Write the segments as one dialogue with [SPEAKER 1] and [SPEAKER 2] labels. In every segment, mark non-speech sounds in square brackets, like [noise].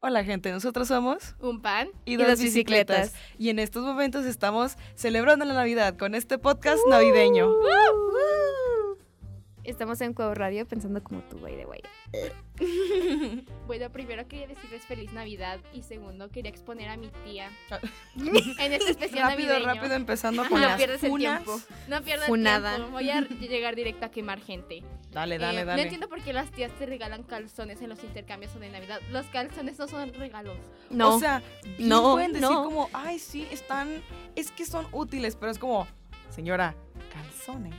[SPEAKER 1] Hola gente, nosotros somos
[SPEAKER 2] Un pan
[SPEAKER 1] y dos, bicicletas. Y en estos momentos estamos celebrando la Navidad con este podcast navideño.
[SPEAKER 3] Uh, Estamos en Cuau Radio pensando como tú, by the way.
[SPEAKER 2] Bueno, primero quería decirles feliz Navidad y segundo quería exponer a mi tía
[SPEAKER 1] Ah.
[SPEAKER 2] [laughs] en este especial
[SPEAKER 1] rápido,
[SPEAKER 2] navideño.
[SPEAKER 1] rápido, empezando
[SPEAKER 2] [laughs] Ajá,
[SPEAKER 1] con
[SPEAKER 2] no
[SPEAKER 1] las
[SPEAKER 2] pierdas el
[SPEAKER 1] funas.
[SPEAKER 2] tiempo. No pierdas
[SPEAKER 3] Funada.
[SPEAKER 2] tiempo. Voy a llegar directo a quemar gente.
[SPEAKER 1] Dale, dale,
[SPEAKER 2] Eh, No
[SPEAKER 1] dale.
[SPEAKER 2] entiendo por qué las tías te regalan calzones en los intercambios o de Navidad. Los calzones no son regalos.
[SPEAKER 3] No,
[SPEAKER 1] O sea, bien
[SPEAKER 3] No,
[SPEAKER 1] pueden decir
[SPEAKER 3] no.
[SPEAKER 1] como, ay, sí, están, es que son útiles, pero es como, señora, calzones.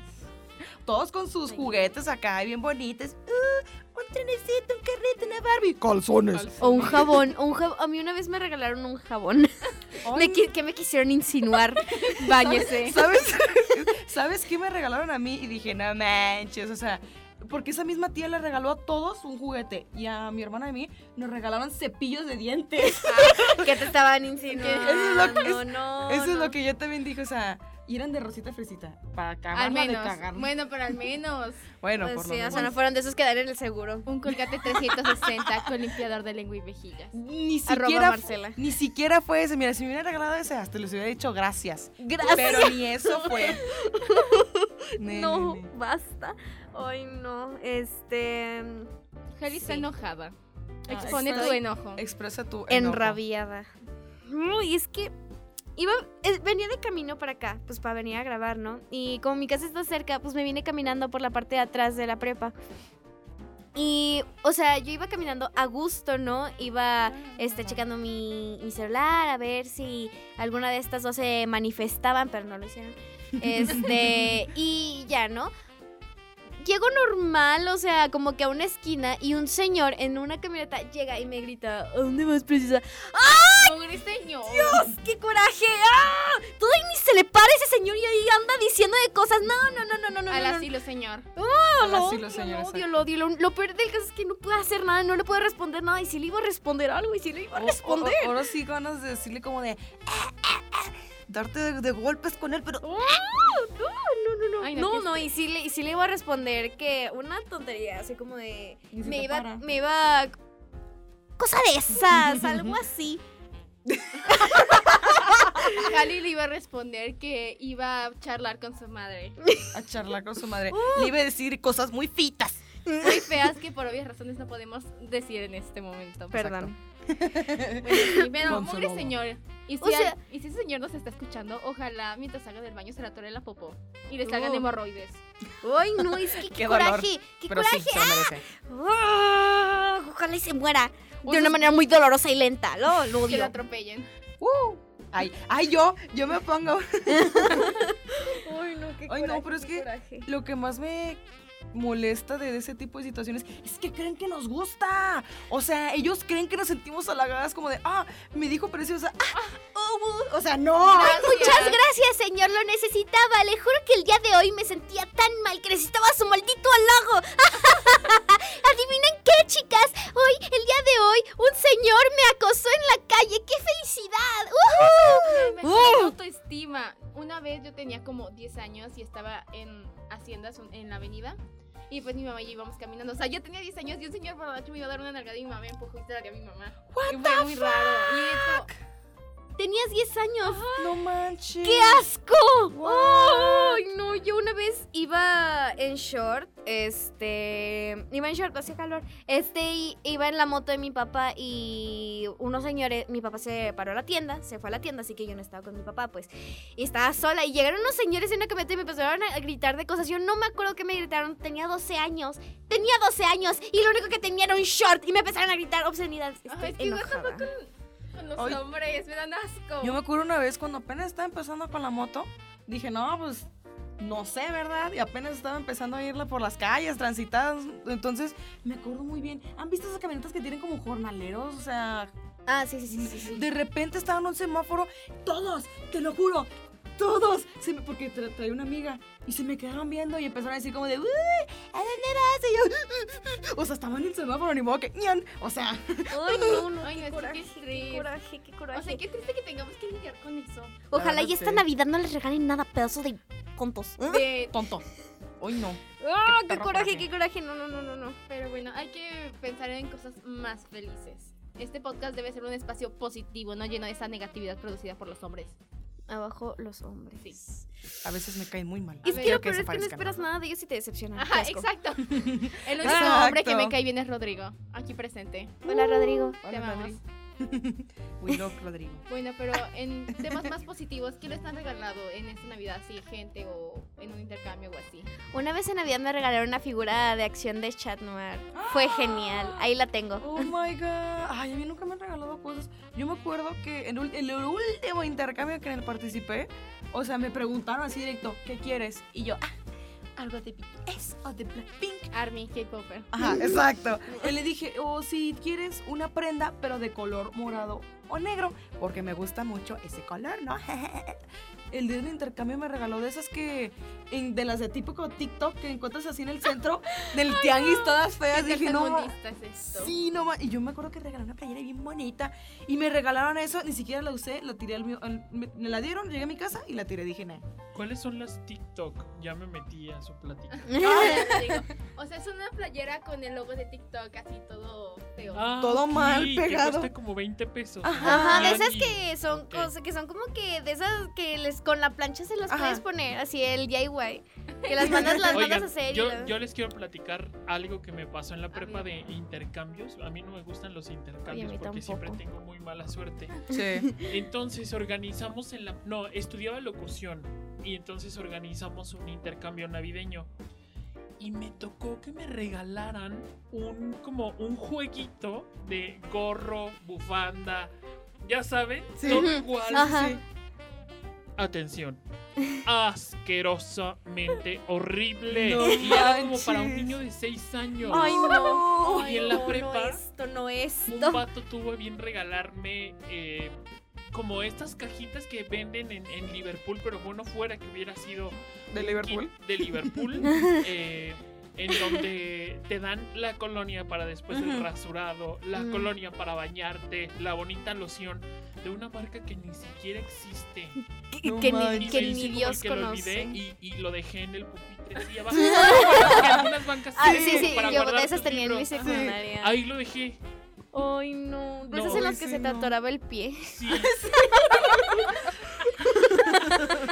[SPEAKER 1] Todos con sus
[SPEAKER 2] Sí.
[SPEAKER 1] juguetes acá, bien bonitos. Uh, un trenecito, un carrete, una Barbie. Calzones.
[SPEAKER 3] o un jabón, o un jabón. A mí una vez me regalaron
[SPEAKER 1] [laughs]
[SPEAKER 3] un jabón. Me
[SPEAKER 1] Ay,
[SPEAKER 3] qui- ¿Qué me quisieron
[SPEAKER 1] [laughs]
[SPEAKER 3] insinuar? [laughs] Báñese.
[SPEAKER 1] ¿Sabes? ¿Sabes qué me regalaron a mí? Y dije, no manches, o sea, porque esa misma tía le regaló a todos un juguete y a mi hermana y a mí nos regalaron cepillos de dientes.
[SPEAKER 3] ¿Qué te estaban
[SPEAKER 1] Eso
[SPEAKER 3] insinuando?
[SPEAKER 1] es lo que-
[SPEAKER 3] no,
[SPEAKER 1] Eso es
[SPEAKER 3] no.
[SPEAKER 1] lo que yo también dije, o sea, y eran de rosita fresita, para
[SPEAKER 2] al
[SPEAKER 1] acabarla de
[SPEAKER 2] menos.
[SPEAKER 1] cagar. Bueno,
[SPEAKER 2] Bueno, pero al menos.
[SPEAKER 1] por
[SPEAKER 3] Pues
[SPEAKER 1] lo
[SPEAKER 3] sí, o
[SPEAKER 1] menos.
[SPEAKER 3] sea, no fueron de esos que dan en el seguro.
[SPEAKER 2] Un colgate 360 con limpiador de lengua y mejillas.
[SPEAKER 1] Ni siquiera,
[SPEAKER 3] Arroba Marcela.
[SPEAKER 1] ni siquiera fue ese. Mira, si me hubiera regalado ese, hasta les hubiera dicho gracias.
[SPEAKER 3] Gracias.
[SPEAKER 1] Pero ni eso
[SPEAKER 3] [laughs]
[SPEAKER 1] fue. Ne,
[SPEAKER 3] No,
[SPEAKER 1] ne, ne.
[SPEAKER 3] basta. Ay, no. Este.
[SPEAKER 2] Heli está
[SPEAKER 3] Sí.
[SPEAKER 2] enojada.
[SPEAKER 1] Ah,
[SPEAKER 2] Expone tu
[SPEAKER 1] estoy-
[SPEAKER 2] enojo.
[SPEAKER 1] Expresa tu enojo.
[SPEAKER 3] Enrabiada. No, y es que. Iba, eh, venía de camino para acá, pues para venir a grabar, ¿no? Y como mi casa está cerca, pues me vine caminando por la parte de atrás de la prepa. Y, o sea, yo iba caminando a gusto, ¿no? Iba este, checando mi, mi celular a ver si alguna de estas dos se manifestaban, pero no lo hicieron. Este, y ya, ¿no? Llego normal, o sea, como que a una esquina y un señor en una camioneta llega y me grita, ¿a dónde vas, precisa?
[SPEAKER 2] Con un diseño.
[SPEAKER 3] ¡Qué coraje! ¡Ah! Todavía ni se le para ese señor y ahí anda diciendo de cosas. No, no, no, no, no, no.
[SPEAKER 2] Al
[SPEAKER 3] no, no.
[SPEAKER 2] asilo, señor.
[SPEAKER 3] No, lo
[SPEAKER 1] Así lo
[SPEAKER 3] odio,
[SPEAKER 1] señala,
[SPEAKER 3] lo odio,
[SPEAKER 1] exacto.
[SPEAKER 3] lo odio. Lo, lo peor del caso es que no pude hacer nada, no le pude responder nada. Y si le iba a responder algo, y si le iba a
[SPEAKER 1] O-
[SPEAKER 3] responder.
[SPEAKER 1] o- o- Ahora sí ganas de decirle como de... "Ah, ah, ah", Darte de, de golpes con él, pero...
[SPEAKER 3] No, no, no.
[SPEAKER 2] Ay, no,
[SPEAKER 3] no,
[SPEAKER 2] qué
[SPEAKER 3] no, y sí le, y sí le iba a responder que una tontería, así como de.
[SPEAKER 1] Y se
[SPEAKER 3] Me
[SPEAKER 1] te
[SPEAKER 3] iba,
[SPEAKER 1] para.
[SPEAKER 3] me iba. Cosa de esas, algo así.
[SPEAKER 2] Heli le iba a responder que iba a charlar con su madre.
[SPEAKER 1] A charlar con su madre. Le iba a decir cosas muy fitas.
[SPEAKER 2] Muy feas que por obvias razones no podemos decir en este momento.
[SPEAKER 3] Perdón.
[SPEAKER 2] Bueno, sí, pero
[SPEAKER 1] Con su
[SPEAKER 2] mugre
[SPEAKER 1] lobo.
[SPEAKER 2] señor. Y si,
[SPEAKER 3] O sea-
[SPEAKER 2] al- y si ese señor nos está escuchando, ojalá mientras salga del baño se la atore la popó y le salgan
[SPEAKER 3] Uh.
[SPEAKER 2] hemorroides.
[SPEAKER 3] Ay, no, es que qué,
[SPEAKER 1] Qué dolor,
[SPEAKER 3] coraje. qué
[SPEAKER 1] Pero
[SPEAKER 3] coraje.
[SPEAKER 1] sí, se lo merece.
[SPEAKER 3] Ah, ojalá y se muera. De
[SPEAKER 2] Uy,
[SPEAKER 3] una manera muy dolorosa y lenta. Lo, lo
[SPEAKER 2] Que la
[SPEAKER 3] odio.
[SPEAKER 2] atropellen.
[SPEAKER 1] ¡Uh! Ay, ay, yo, yo me pongo.
[SPEAKER 3] Ay, no, qué
[SPEAKER 1] Ay, no, coraje, pero es qué que- Lo que más me molesta de ese tipo de situaciones es que creen que nos gusta. O sea, ellos creen que nos sentimos halagadas como de, ah, me dijo preciosa. Ah, oh, uh", [laughs] o sea, no.
[SPEAKER 3] Muchas gracias, señor. Lo necesitaba. Le juro que el día de hoy me sentía tan mal que necesitaba su maldito halago. [laughs] ¿Adivinen qué, chicas? Hoy, el día de hoy, un señor me acosó en la calle. ¡Qué felicidad! ¡Ujú!
[SPEAKER 2] Me
[SPEAKER 1] Uh.
[SPEAKER 2] sube la autoestima. Una vez yo tenía como 10 años y estaba en Haciendas, un- en la avenida. Y pues mi mamá y yo íbamos caminando. O sea, yo tenía 10 años y un señor borracho me iba a dar una nalgada y mi mamá me empujó y se la dio a mi mamá. y fue muy raro. Y esto,
[SPEAKER 3] Tenías 10 años.
[SPEAKER 1] No manches.
[SPEAKER 3] ¡Qué asco!
[SPEAKER 1] Wow.
[SPEAKER 3] Ay, no, yo una vez iba en short, este, iba en short, hacía calor, este, y- iba en la moto de mi papá y unos señores, mi papá se paró a la tienda, se fue a la tienda, así que yo no estaba con mi papá, pues, y estaba sola, y llegaron unos señores en una camioneta y me empezaron a gritar de cosas, yo no me acuerdo que me gritaron, tenía 12 años, tenía 12 años, y lo único que tenía era un short, y me empezaron a gritar obscenidades,
[SPEAKER 2] Ay,
[SPEAKER 3] estoy
[SPEAKER 2] es que igual
[SPEAKER 3] enojada.
[SPEAKER 2] con los
[SPEAKER 1] Ay.
[SPEAKER 2] hombres, me dan asco.
[SPEAKER 1] Yo me acuerdo una vez cuando apenas estaba empezando con la moto, dije, no, pues no sé, ¿verdad? Y apenas estaba empezando a irla por las calles transitadas. Entonces, me acuerdo muy bien. ¿Han visto esas camionetas que tienen como jornaleros? O sea,
[SPEAKER 3] Ah, sí, sí, sí, sí, sí.
[SPEAKER 1] de repente estaba en un semáforo, todos, te lo juro. Todos, se me- porque tra- traía una amiga y se me quedaron viendo y empezaron a decir como de, "Uy, ¿a dónde vas? Y yo, [laughs] "Uh, uh, uh". o sea, estaba en el semáforo, ni modo que, "Ñan". o sea,
[SPEAKER 3] Ay, no, no,
[SPEAKER 2] Ay,
[SPEAKER 3] qué,
[SPEAKER 2] no, es que qué
[SPEAKER 3] coraje,
[SPEAKER 2] triste.
[SPEAKER 3] qué coraje, qué coraje.
[SPEAKER 2] O sea, qué triste que tengamos que lidiar con eso.
[SPEAKER 3] Ojalá
[SPEAKER 1] verdad,
[SPEAKER 3] y esta
[SPEAKER 1] sí.
[SPEAKER 3] Navidad no les regalen nada, pedazos de contos.
[SPEAKER 1] ¿Eh?
[SPEAKER 2] De-
[SPEAKER 1] tonto. Hoy no.
[SPEAKER 3] ¡Ah,
[SPEAKER 1] qué perro coraje, coraje. qué
[SPEAKER 3] coraje! No, no, no, no, no.
[SPEAKER 2] pero bueno, hay que pensar en cosas más felices. Este podcast debe ser un espacio positivo, no lleno de esa negatividad producida por los hombres.
[SPEAKER 3] Abajo los hombres.
[SPEAKER 2] Sí.
[SPEAKER 1] A veces me caen muy mal.
[SPEAKER 3] Es
[SPEAKER 2] ver,
[SPEAKER 3] que
[SPEAKER 1] Quiero
[SPEAKER 3] lo peor es que no
[SPEAKER 1] desaparezcan,
[SPEAKER 3] esperas nada de ellos y te decepcionan.
[SPEAKER 2] Ajá,
[SPEAKER 3] Qué asco. [laughs]
[SPEAKER 2] exacto. El único
[SPEAKER 1] Exacto.
[SPEAKER 2] hombre que me cae bien es Rodrigo, aquí presente.
[SPEAKER 3] Hola, Rodrigo.
[SPEAKER 2] Te
[SPEAKER 1] Hola,
[SPEAKER 2] amamos.
[SPEAKER 1] Rodrigo. [laughs] We love Rodrigo.
[SPEAKER 2] Bueno, pero en temas más positivos, ¿qué les han regalado en esta Navidad? Sí, gente o en un intercambio o así.
[SPEAKER 3] Una vez en Navidad me regalaron una figura de acción de Chat Noir. Fue genial. Ahí la tengo.
[SPEAKER 1] Oh my god. Ay, a mí nunca me han regalado cosas. Yo me acuerdo que en ul- el último intercambio que en el participé, o sea, me preguntaron así directo, ¿qué quieres? Y yo, ah, algo de BTS o de Blackpink.
[SPEAKER 2] Army, K-Popper.
[SPEAKER 1] [laughs] Ajá, exacto. Y le dije, o si quieres una prenda, pero de color morado o negro, porque me gusta mucho ese color, ¿no? [laughs] El día del intercambio me regaló de esas que, en- de las de típico TikTok que encuentras así en el centro del tianguis, todas
[SPEAKER 2] ¿Qué
[SPEAKER 1] feas. Dije, no, ma-
[SPEAKER 2] tercermundista es esto? [laughs]
[SPEAKER 1] sí, no, ma-". y yo me acuerdo que regalaron una playera bien bonita y me regalaron eso, ni siquiera la usé, la tiré al mío, al- me, me la dieron, llegué a mi casa y la tiré, dije, nah.
[SPEAKER 4] ¿Cuáles son las TikTok? Ya me metí a su plática.
[SPEAKER 3] [laughs]
[SPEAKER 2] Ahora te digo, O sea, es una playera con el logo de TikTok así todo feo.
[SPEAKER 4] Ah,
[SPEAKER 1] Todo
[SPEAKER 4] ok,
[SPEAKER 1] mal pegado.
[SPEAKER 4] Que cuesta como 20 pesos.
[SPEAKER 1] Ajá,
[SPEAKER 3] Ajá, de
[SPEAKER 4] Ah,
[SPEAKER 3] esas
[SPEAKER 4] y-
[SPEAKER 3] que son
[SPEAKER 4] ok.
[SPEAKER 3] cosas que son como que de esas que les con la plancha se las
[SPEAKER 1] Ajá.
[SPEAKER 3] puedes poner, así el DIY. Que las mandas, las
[SPEAKER 4] Oigan,
[SPEAKER 3] mandas a hacer y
[SPEAKER 4] yo,
[SPEAKER 3] la-
[SPEAKER 4] yo les quiero platicar algo que me pasó en la prepa de
[SPEAKER 2] ver.
[SPEAKER 4] intercambios. A mí no me gustan los intercambios
[SPEAKER 3] mí
[SPEAKER 4] porque siempre
[SPEAKER 3] tampoco.
[SPEAKER 4] tengo muy mala suerte.
[SPEAKER 1] [laughs] Sí.
[SPEAKER 4] Entonces organizamos en la... No, estudiaba locución y entonces organizamos un intercambio navideño. Y me tocó que me regalaran un como un jueguito de gorro, bufanda, ya saben,
[SPEAKER 1] Sí.
[SPEAKER 4] todo
[SPEAKER 3] Ujú.
[SPEAKER 4] igual.
[SPEAKER 3] Ajá.
[SPEAKER 1] [laughs]
[SPEAKER 4] Atención. Asquerosamente horrible.
[SPEAKER 1] No
[SPEAKER 4] y era como para un
[SPEAKER 1] manches.
[SPEAKER 4] niño de 6 años.
[SPEAKER 1] Ay, no.
[SPEAKER 4] y en la prepa-
[SPEAKER 3] No esto, no
[SPEAKER 4] Un
[SPEAKER 3] esto.
[SPEAKER 4] vato tuvo bien regalarme eh, como estas cajitas que venden en, en Liverpool, pero bueno fuera que hubiera sido
[SPEAKER 1] ¿De
[SPEAKER 4] un
[SPEAKER 1] Liverpool?
[SPEAKER 4] kit
[SPEAKER 3] [laughs]
[SPEAKER 4] de Liverpool, eh, en donde te dan la colonia para después el
[SPEAKER 1] Ujú.
[SPEAKER 4] rasurado, la
[SPEAKER 3] Mm.
[SPEAKER 4] colonia para bañarte, la bonita loción de una marca que ni siquiera existe.
[SPEAKER 3] Que,
[SPEAKER 1] No
[SPEAKER 3] que ni,
[SPEAKER 1] manches.
[SPEAKER 3] que
[SPEAKER 4] se
[SPEAKER 3] ni
[SPEAKER 4] hizo como
[SPEAKER 3] Dios
[SPEAKER 4] que lo olvidé
[SPEAKER 3] conoce.
[SPEAKER 4] y, y lo dejé en el
[SPEAKER 3] [laughs]
[SPEAKER 4] pupitre así abajo. Porque algunas bancas
[SPEAKER 3] Ah,
[SPEAKER 4] tienen
[SPEAKER 3] sí, sí,
[SPEAKER 4] para
[SPEAKER 3] yo
[SPEAKER 4] guardar
[SPEAKER 3] de esas
[SPEAKER 4] tus
[SPEAKER 3] tenía en mi
[SPEAKER 4] libros. Ajá.
[SPEAKER 3] secundaria. Ay,
[SPEAKER 4] Ahí lo dejé.
[SPEAKER 3] no. De
[SPEAKER 4] No,
[SPEAKER 3] esas Pues en las
[SPEAKER 1] sí,
[SPEAKER 3] que se te
[SPEAKER 1] no.
[SPEAKER 3] atoraba el pie.
[SPEAKER 4] Sí.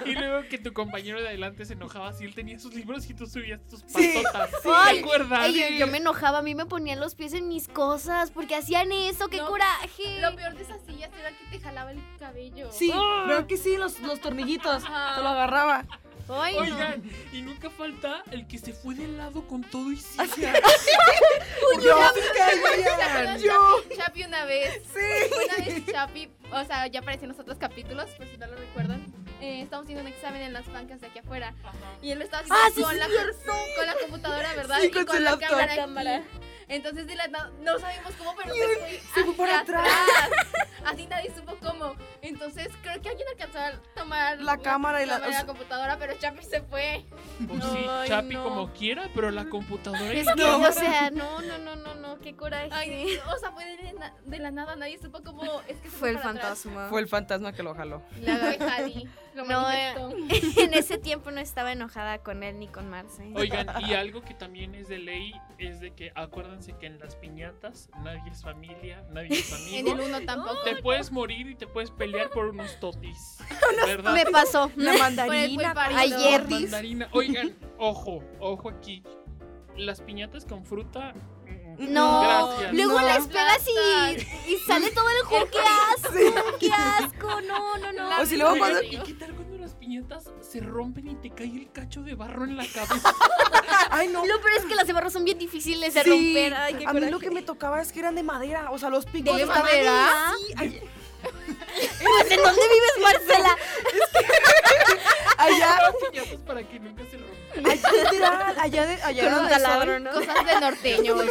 [SPEAKER 4] y luego que tu compañero de adelante se enojaba si él tenía sus libros y tú subías tus
[SPEAKER 1] Sí,
[SPEAKER 4] patotas.
[SPEAKER 1] sí.
[SPEAKER 4] ¿Te
[SPEAKER 3] Ay,
[SPEAKER 4] acuerdas?
[SPEAKER 3] Ay, yo, yo me enojaba, a mí me ponían los pies en mis cosas porque hacían eso, qué
[SPEAKER 2] No,
[SPEAKER 3] coraje.
[SPEAKER 2] Lo peor de esas sillas era que te jalaba el cabello.
[SPEAKER 1] Sí, ¿verdad que sí? Los, los tornillitos.
[SPEAKER 2] Ajá.
[SPEAKER 1] Te lo agarraba.
[SPEAKER 3] Ay, no.
[SPEAKER 4] Oigan, y nunca falta el que se fue de lado con todo y silla.
[SPEAKER 1] Yo [laughs]
[SPEAKER 2] ¿Te acuerdas,
[SPEAKER 1] sí Yo
[SPEAKER 2] Chapi? Chapi una vez.
[SPEAKER 1] sí.
[SPEAKER 2] Una vez Chapi, o sea, ya apareció en los otros capítulos, por si no lo recuerdan. eh, estábamos haciendo un examen en las bancas de aquí afuera. Y él lo estaba haciendo
[SPEAKER 1] Ah, sí,
[SPEAKER 2] con,
[SPEAKER 1] sí,
[SPEAKER 2] la, con la computadora, ¿verdad?
[SPEAKER 1] Sí,
[SPEAKER 2] y
[SPEAKER 1] con
[SPEAKER 2] con,
[SPEAKER 1] su
[SPEAKER 2] la
[SPEAKER 1] laptop.
[SPEAKER 2] cámara. aquí.
[SPEAKER 3] Cámara.
[SPEAKER 2] Entonces de la na- no sabemos cómo, pero
[SPEAKER 1] Y él
[SPEAKER 2] se
[SPEAKER 1] se fue para
[SPEAKER 2] hacia Así nadie supo cómo. Entonces creo que alguien alcanzó a tomar
[SPEAKER 1] La cámara y la-
[SPEAKER 2] cámara y la computadora, pero Chapi se fue.
[SPEAKER 4] Pues sí,
[SPEAKER 3] Ay,
[SPEAKER 4] Chapi
[SPEAKER 3] no.
[SPEAKER 4] como quiera, pero la computadora
[SPEAKER 3] Es
[SPEAKER 4] y la
[SPEAKER 3] que,
[SPEAKER 1] No.
[SPEAKER 3] o sea, no, no, no, no, no, qué coraje. [laughs]
[SPEAKER 2] Ay, o sea, fue de la, de la nada, nadie supo cómo. Es que se
[SPEAKER 3] Fue el
[SPEAKER 2] para atrás.
[SPEAKER 3] fantasma.
[SPEAKER 1] Fue el fantasma que lo jaló.
[SPEAKER 2] La fue Hadi. Lo
[SPEAKER 3] [laughs] No, eh,
[SPEAKER 2] manifestó.
[SPEAKER 3] [laughs] en ese tiempo no estaba enojada con él ni con Marce.
[SPEAKER 4] Oigan, y algo que también es de ley es de que acuérdense que en las piñatas nadie es familia, nadie
[SPEAKER 3] [laughs]
[SPEAKER 4] es
[SPEAKER 2] En el
[SPEAKER 4] amigo.
[SPEAKER 2] uno tampoco.
[SPEAKER 4] Te puedes morir y te puedes pelear por
[SPEAKER 3] [laughs]
[SPEAKER 4] unos totis. ¿Verdad?
[SPEAKER 3] Me pasó.
[SPEAKER 1] La mandarina.
[SPEAKER 2] mandarina, parido.
[SPEAKER 3] Ayer.
[SPEAKER 1] Totis.
[SPEAKER 4] Oh, Mandarina. Oigan, ojo, ojo aquí. Las piñatas con fruta. mm,
[SPEAKER 3] No,
[SPEAKER 4] Gracias.
[SPEAKER 3] luego
[SPEAKER 1] No.
[SPEAKER 3] las pegas y, y sale todo el jugo. ¡Qué asco! ¡Qué asco! No, no, no.
[SPEAKER 1] O si luego
[SPEAKER 4] mm. Oigan,
[SPEAKER 1] cuando...
[SPEAKER 4] ¿Y qué tal cuando las piñatas se rompen y te cae el cacho de barro en la cabeza? [laughs]
[SPEAKER 1] Ay, no.
[SPEAKER 3] Lo peor es que las de barro son bien difíciles de
[SPEAKER 1] Sí.
[SPEAKER 3] romper. Ay, qué
[SPEAKER 1] A mí lo
[SPEAKER 3] coraje.
[SPEAKER 1] que me tocaba es que eran de madera. O sea, los picos
[SPEAKER 3] ¿De
[SPEAKER 1] estaban
[SPEAKER 3] madera?
[SPEAKER 1] así. Ay,
[SPEAKER 3] Pues, ¿En dónde vives, Marcela?
[SPEAKER 1] [laughs] Allá,
[SPEAKER 4] Las piñatas para que nunca se rompan.
[SPEAKER 1] allá, literal, allá, de, allá
[SPEAKER 3] Con un
[SPEAKER 1] donde soy.
[SPEAKER 3] taladro, ¿no?
[SPEAKER 2] Cosas de [laughs] norteños.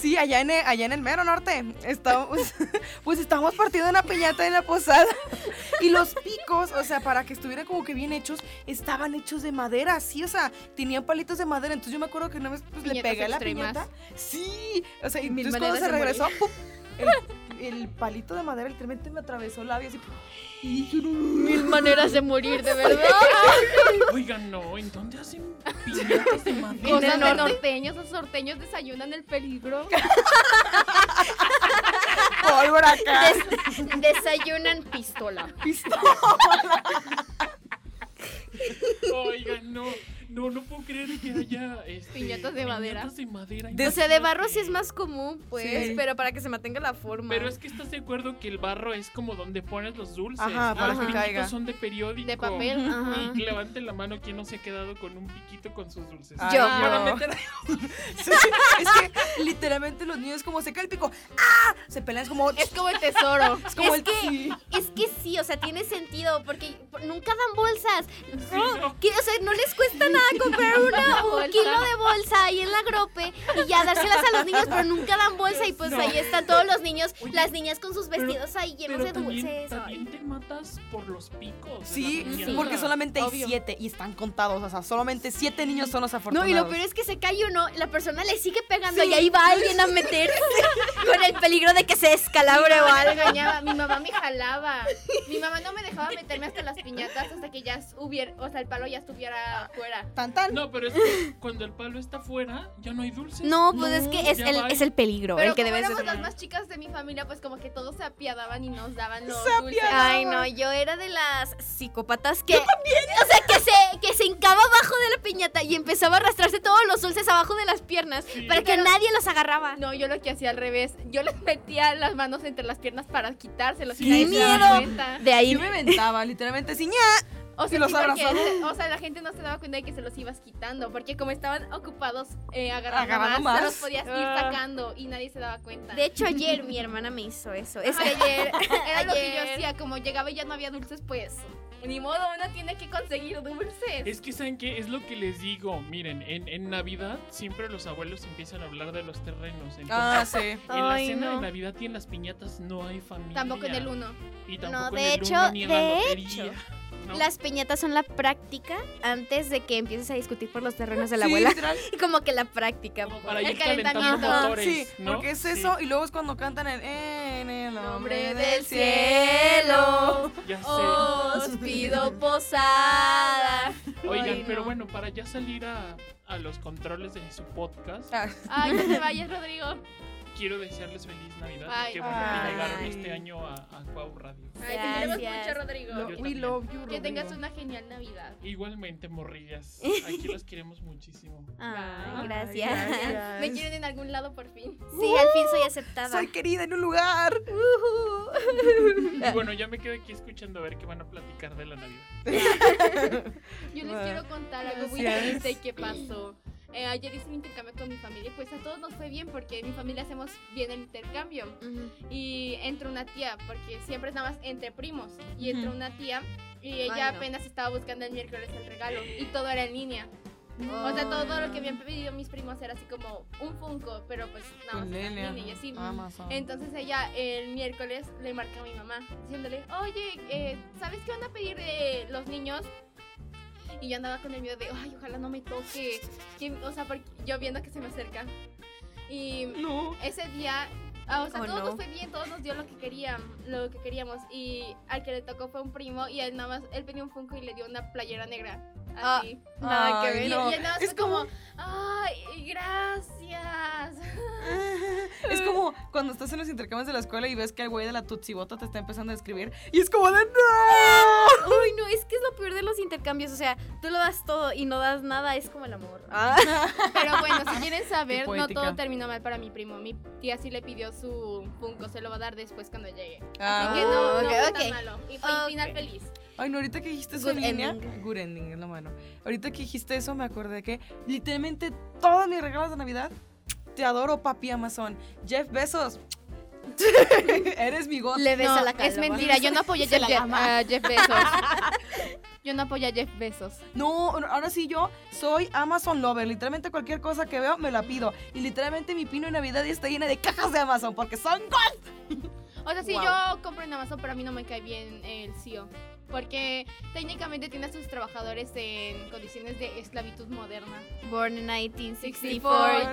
[SPEAKER 1] Sí, allá en, el, allá en el mero norte. Estábamos, pues [laughs] estábamos partiendo una piñata en la posada. Y los picos, o sea, para que estuvieran como que bien hechos, estaban hechos de madera, sí, o sea, tenían palitos de madera. Entonces yo me acuerdo que una vez pues, le
[SPEAKER 2] Piñatas
[SPEAKER 1] pegué a la
[SPEAKER 2] extremas.
[SPEAKER 1] piñata. Sí, o sea, y
[SPEAKER 2] Mil
[SPEAKER 1] entonces cuando se
[SPEAKER 2] maneras de
[SPEAKER 1] regresó, ¡pum! el, el palito de madera literalmente me atravesó labios y, y dije, "No".
[SPEAKER 3] Mil maneras de morir, de verdad.
[SPEAKER 4] Oigan, no, ¿en dónde hacen piñatas de madera?
[SPEAKER 3] ¿En
[SPEAKER 2] Cosas
[SPEAKER 3] el
[SPEAKER 2] de
[SPEAKER 3] norte?
[SPEAKER 2] norteños. Los norteños desayunan el peligro.
[SPEAKER 1] el
[SPEAKER 2] [laughs]
[SPEAKER 1] huracán.
[SPEAKER 3] [laughs] Des- desayunan pistola.
[SPEAKER 4] Oigan, no, no, no puedo creer que haya este,
[SPEAKER 2] Piñatas de madera.
[SPEAKER 4] piñatas de madera.
[SPEAKER 1] De-
[SPEAKER 5] O sea, de barro sí es
[SPEAKER 4] imagínate.
[SPEAKER 5] más común, pues,
[SPEAKER 1] Sí.
[SPEAKER 5] pero para que se mantenga la forma.
[SPEAKER 4] Pero es que estás de acuerdo que el barro es como donde pones los dulces.
[SPEAKER 1] Ajá, para
[SPEAKER 4] los
[SPEAKER 1] que
[SPEAKER 4] piquitos
[SPEAKER 1] caiga.
[SPEAKER 4] son de periódico.
[SPEAKER 2] De papel.
[SPEAKER 5] Ajá.
[SPEAKER 4] Y levante la mano quien no se ha quedado con un piquito con sus dulces.
[SPEAKER 1] Ay,
[SPEAKER 5] Yo.
[SPEAKER 1] no.
[SPEAKER 4] Bueno, meter-
[SPEAKER 1] [laughs] Sí, es que literalmente los niños como se cae el pico. ¡Ah! Se pelean es como.
[SPEAKER 2] Es como el tesoro.
[SPEAKER 1] [laughs] Es como
[SPEAKER 3] es
[SPEAKER 1] el.
[SPEAKER 3] que-
[SPEAKER 1] sí.
[SPEAKER 3] Es que sí, o sea, tiene sentido, porque nunca dan bolsas.
[SPEAKER 4] Sí, no.
[SPEAKER 3] Que, o sea, no les cuesta nada [laughs] comprar una,
[SPEAKER 2] Una
[SPEAKER 3] un
[SPEAKER 2] bolsa.
[SPEAKER 3] kilo de bolsa ahí en la grope y ya dárselas a los niños, pero nunca dan bolsa y pues
[SPEAKER 4] No.
[SPEAKER 3] ahí están todos los niños,
[SPEAKER 4] Oye,
[SPEAKER 3] las niñas con sus
[SPEAKER 4] pero-
[SPEAKER 3] vestidos ahí llenos
[SPEAKER 4] Pero
[SPEAKER 3] de
[SPEAKER 4] también,
[SPEAKER 3] dulces. ay.
[SPEAKER 4] también te matas por los picos. de
[SPEAKER 1] Sí,
[SPEAKER 4] la piñata.
[SPEAKER 3] Sí.
[SPEAKER 1] porque solamente hay
[SPEAKER 2] Obvio.
[SPEAKER 1] siete y están contados. O sea, solamente siete niños son los
[SPEAKER 3] No,
[SPEAKER 1] afortunados.
[SPEAKER 3] y lo peor es que se cae uno, la persona le sigue pegando
[SPEAKER 1] Sí.
[SPEAKER 3] y ahí va alguien a meter [laughs] con el peligro de que se descalabre o
[SPEAKER 2] Me
[SPEAKER 3] algo.
[SPEAKER 2] engañaba, mi mamá me jalaba. Mi mamá no me dejaba meterme hasta las piñatas hasta que ya hubiera, o sea, el palo ya estuviera afuera.
[SPEAKER 1] Tan tan.
[SPEAKER 4] No, pero es que cuando el palo está fuera, ya no hay dulces.
[SPEAKER 3] No, pues es que es
[SPEAKER 4] ya
[SPEAKER 3] el,
[SPEAKER 4] va.
[SPEAKER 3] es el peligro
[SPEAKER 2] Pero
[SPEAKER 3] el que
[SPEAKER 2] como
[SPEAKER 3] debe
[SPEAKER 2] éramos
[SPEAKER 3] ser.
[SPEAKER 2] las más chicas de mi familia, pues como que todos se apiadaban y nos daban los
[SPEAKER 1] Se
[SPEAKER 2] dulces.
[SPEAKER 1] apiadaban.
[SPEAKER 3] Ay, no, yo era de las psicópatas que. O sea, que se, que se hincaba abajo de la piñata y empezaba a arrastrarse todos los dulces abajo de las piernas
[SPEAKER 4] Sí.
[SPEAKER 3] para que
[SPEAKER 2] Pero-
[SPEAKER 3] nadie los agarraba.
[SPEAKER 2] No, yo lo que hacía al revés. Yo les metía las manos entre las piernas para quitárselos.
[SPEAKER 4] Sí,
[SPEAKER 2] y nadie se daba
[SPEAKER 3] miedo.
[SPEAKER 2] cuenta.
[SPEAKER 3] De ahí.
[SPEAKER 1] Yo me [laughs] inventaba, literalmente, así, ña.
[SPEAKER 2] O sea,
[SPEAKER 1] Y los
[SPEAKER 2] sí, porque
[SPEAKER 1] abrazaba.
[SPEAKER 2] se- [laughs] o sea, la gente no se daba cuenta de que se los ibas quitando, porque como estaban ocupados eh, agarrando,
[SPEAKER 1] Agarrando
[SPEAKER 2] más,
[SPEAKER 1] más.
[SPEAKER 2] se los podías ir
[SPEAKER 4] Ah.
[SPEAKER 2] sacando y nadie se daba cuenta.
[SPEAKER 3] De hecho, ayer mi hermana me hizo eso. Es
[SPEAKER 2] Ajá,
[SPEAKER 3] que ayer.
[SPEAKER 2] [laughs] Era lo que yo
[SPEAKER 3] ayer-
[SPEAKER 2] hacía, como llegaba y ya no había dulces, pues ni modo, uno tiene que conseguir dulces.
[SPEAKER 4] Es que, ¿saben qué? Es lo que les digo. Miren, en, en Navidad siempre los abuelos empiezan a hablar de los terrenos. Entonces,
[SPEAKER 1] Ah, [laughs] sí.
[SPEAKER 4] en la
[SPEAKER 3] Ay,
[SPEAKER 4] cena
[SPEAKER 3] no.
[SPEAKER 4] de Navidad y en las piñatas no hay familia.
[SPEAKER 2] Tampoco en el uno.
[SPEAKER 4] Y
[SPEAKER 3] No,
[SPEAKER 4] tampoco
[SPEAKER 3] de
[SPEAKER 4] en el
[SPEAKER 3] hecho-
[SPEAKER 4] uno ni en la
[SPEAKER 3] de
[SPEAKER 4] lotería, [laughs] ¿no?
[SPEAKER 3] Las piñatas son la práctica antes de que empieces a discutir por los terrenos de la
[SPEAKER 1] Sí, [laughs]
[SPEAKER 3] abuela. [laughs]
[SPEAKER 1] literal.
[SPEAKER 3] Como que la práctica.
[SPEAKER 4] Como
[SPEAKER 3] pues.
[SPEAKER 4] para
[SPEAKER 2] El
[SPEAKER 4] ir calentando
[SPEAKER 2] calentamiento.
[SPEAKER 1] Ajá,
[SPEAKER 4] motores,
[SPEAKER 1] sí,
[SPEAKER 4] ¿no?
[SPEAKER 1] porque es
[SPEAKER 4] Sí.
[SPEAKER 1] eso. Y luego es cuando cantan el. En el nombre
[SPEAKER 2] Nombre
[SPEAKER 1] del
[SPEAKER 2] del
[SPEAKER 1] cielo.
[SPEAKER 4] Ya sé.
[SPEAKER 3] Os pido posada.
[SPEAKER 4] Oigan,
[SPEAKER 3] Ay,
[SPEAKER 4] pero
[SPEAKER 3] no.
[SPEAKER 4] bueno, para ya salir a, a los controles de su podcast,
[SPEAKER 1] Ah,
[SPEAKER 2] Ay, no te vayas, Rodrigo.
[SPEAKER 4] quiero desearles feliz Navidad.
[SPEAKER 2] Ay.
[SPEAKER 4] Qué bueno que
[SPEAKER 1] Ay.
[SPEAKER 4] llegaron este año a, a Cuau Radio.
[SPEAKER 2] Ay, te queremos
[SPEAKER 3] Gracias.
[SPEAKER 2] mucho, Rodrigo.
[SPEAKER 1] lo-
[SPEAKER 4] yo
[SPEAKER 1] we
[SPEAKER 4] también.
[SPEAKER 1] love you,
[SPEAKER 2] Que
[SPEAKER 1] Rodrigo.
[SPEAKER 2] tengas una genial Navidad.
[SPEAKER 4] Igualmente, morrillas. Aquí los
[SPEAKER 3] [laughs]
[SPEAKER 4] queremos muchísimo.
[SPEAKER 3] Ay,
[SPEAKER 4] Ah,
[SPEAKER 2] Ay,
[SPEAKER 3] Ah, gracias.
[SPEAKER 1] gracias.
[SPEAKER 2] Me quieren en algún lado por fin.
[SPEAKER 3] Sí, al fin soy aceptada.
[SPEAKER 1] Soy querida en un [laughs] lugar.
[SPEAKER 4] Y bueno, ya me quedo aquí escuchando a ver qué van a platicar de la Navidad.
[SPEAKER 2] Yo les
[SPEAKER 1] Bueno,
[SPEAKER 2] quiero contar algo muy
[SPEAKER 1] Ah, gracias.
[SPEAKER 2] triste que pasó. Eh, ayer hice un intercambio con mi familia y pues a todos nos fue bien porque en mi familia hacemos bien el intercambio.
[SPEAKER 3] Ujú.
[SPEAKER 2] Y entró una tía, porque siempre es nada más entre primos. Y entró
[SPEAKER 1] Ujú.
[SPEAKER 2] una tía y ella
[SPEAKER 3] no.
[SPEAKER 2] apenas estaba buscando el miércoles el regalo y todo era en línea. O sea, todo lo que me habían pedido mis primos era así como un Funko, pero pues nada más
[SPEAKER 1] Con Ah.
[SPEAKER 2] era en
[SPEAKER 1] Delia.
[SPEAKER 2] línea y así.
[SPEAKER 1] Amazon.
[SPEAKER 2] Entonces ella el miércoles le marca a mi mamá diciéndole, oye, eh, ¿sabes qué van a pedir eh, los niños? Y yo andaba con el miedo de, ay, ojalá no me toque. Que- o sea, porque yo viendo que se me acerca. Y
[SPEAKER 1] No.
[SPEAKER 2] ese día, ah, o sea,
[SPEAKER 3] Oh,
[SPEAKER 2] todos
[SPEAKER 3] no.
[SPEAKER 2] nos fue bien, todos nos dio lo que querían, lo que queríamos. Y al que le tocó fue un primo y él nada más, él pidió un Funko y le dio una playera negra.
[SPEAKER 3] Ah.
[SPEAKER 2] Así.
[SPEAKER 3] Nada que
[SPEAKER 1] Ay,
[SPEAKER 3] ver.
[SPEAKER 2] Y-
[SPEAKER 1] no.
[SPEAKER 2] Y él nada más
[SPEAKER 1] Es
[SPEAKER 2] fue como, ay, gracias.
[SPEAKER 1] Es como cuando estás en los intercambios de la escuela y ves que el güey de la tutsibota te está empezando a escribir y es como de no.
[SPEAKER 3] Uy, no, es que es lo peor de los intercambios. O sea, tú lo das todo y no das nada, es como el amor.
[SPEAKER 2] Pero bueno, si quieren saber, no
[SPEAKER 1] poética.
[SPEAKER 2] todo terminó mal para mi primo. Mi tía sí le pidió su Funko, se lo va a dar después cuando llegue. Así que
[SPEAKER 1] Ah,
[SPEAKER 2] no, no
[SPEAKER 3] ok,
[SPEAKER 2] fue tan
[SPEAKER 3] ok.
[SPEAKER 2] malo. Y fue
[SPEAKER 3] Ok.
[SPEAKER 2] un final feliz.
[SPEAKER 1] Ay, no, ahorita que dijiste eso
[SPEAKER 3] Good
[SPEAKER 1] en línea,
[SPEAKER 3] ending.
[SPEAKER 1] good ending es lo bueno. Ahorita que dijiste eso me acordé que literalmente todos mis regalos de Navidad te adoro, papi Amazon. Jeff Bezos. [laughs] Eres mi god.
[SPEAKER 3] Le besa
[SPEAKER 2] No,
[SPEAKER 3] la cara.
[SPEAKER 2] es mentira, yo no apoyo a Jeff, a Jeff Bezos.
[SPEAKER 3] [laughs]
[SPEAKER 2] Yo no apoyo a Jeff Bezos.
[SPEAKER 1] No, no, ahora sí yo soy Amazon lover. Literalmente cualquier cosa que veo me la pido. Y literalmente mi pino de Navidad ya está llena de cajas de Amazon porque son god.
[SPEAKER 2] O sea, si
[SPEAKER 1] Wow.
[SPEAKER 2] yo compro en Amazon, pero a mí no me cae bien el CEO. Porque técnicamente tiene a sus trabajadores en condiciones de esclavitud moderna.
[SPEAKER 3] Born in 1964,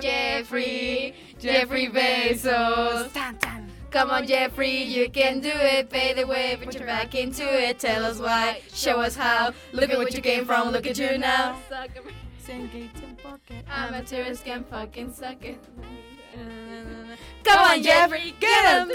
[SPEAKER 2] 64,
[SPEAKER 3] Jeffrey. Jeffrey Bezos.
[SPEAKER 1] Tan, tan.
[SPEAKER 3] Come on, Jeffrey, you can do it. Pay the way, put your back into it. Tell us why, show us how. Look at what you came from, look at you now.
[SPEAKER 2] Zuckerberg.
[SPEAKER 1] Gates in pocket. Uh,
[SPEAKER 2] Ah,
[SPEAKER 3] Ah,
[SPEAKER 2] Amateurs can fucking suck it.
[SPEAKER 3] Come on, Jeffrey, get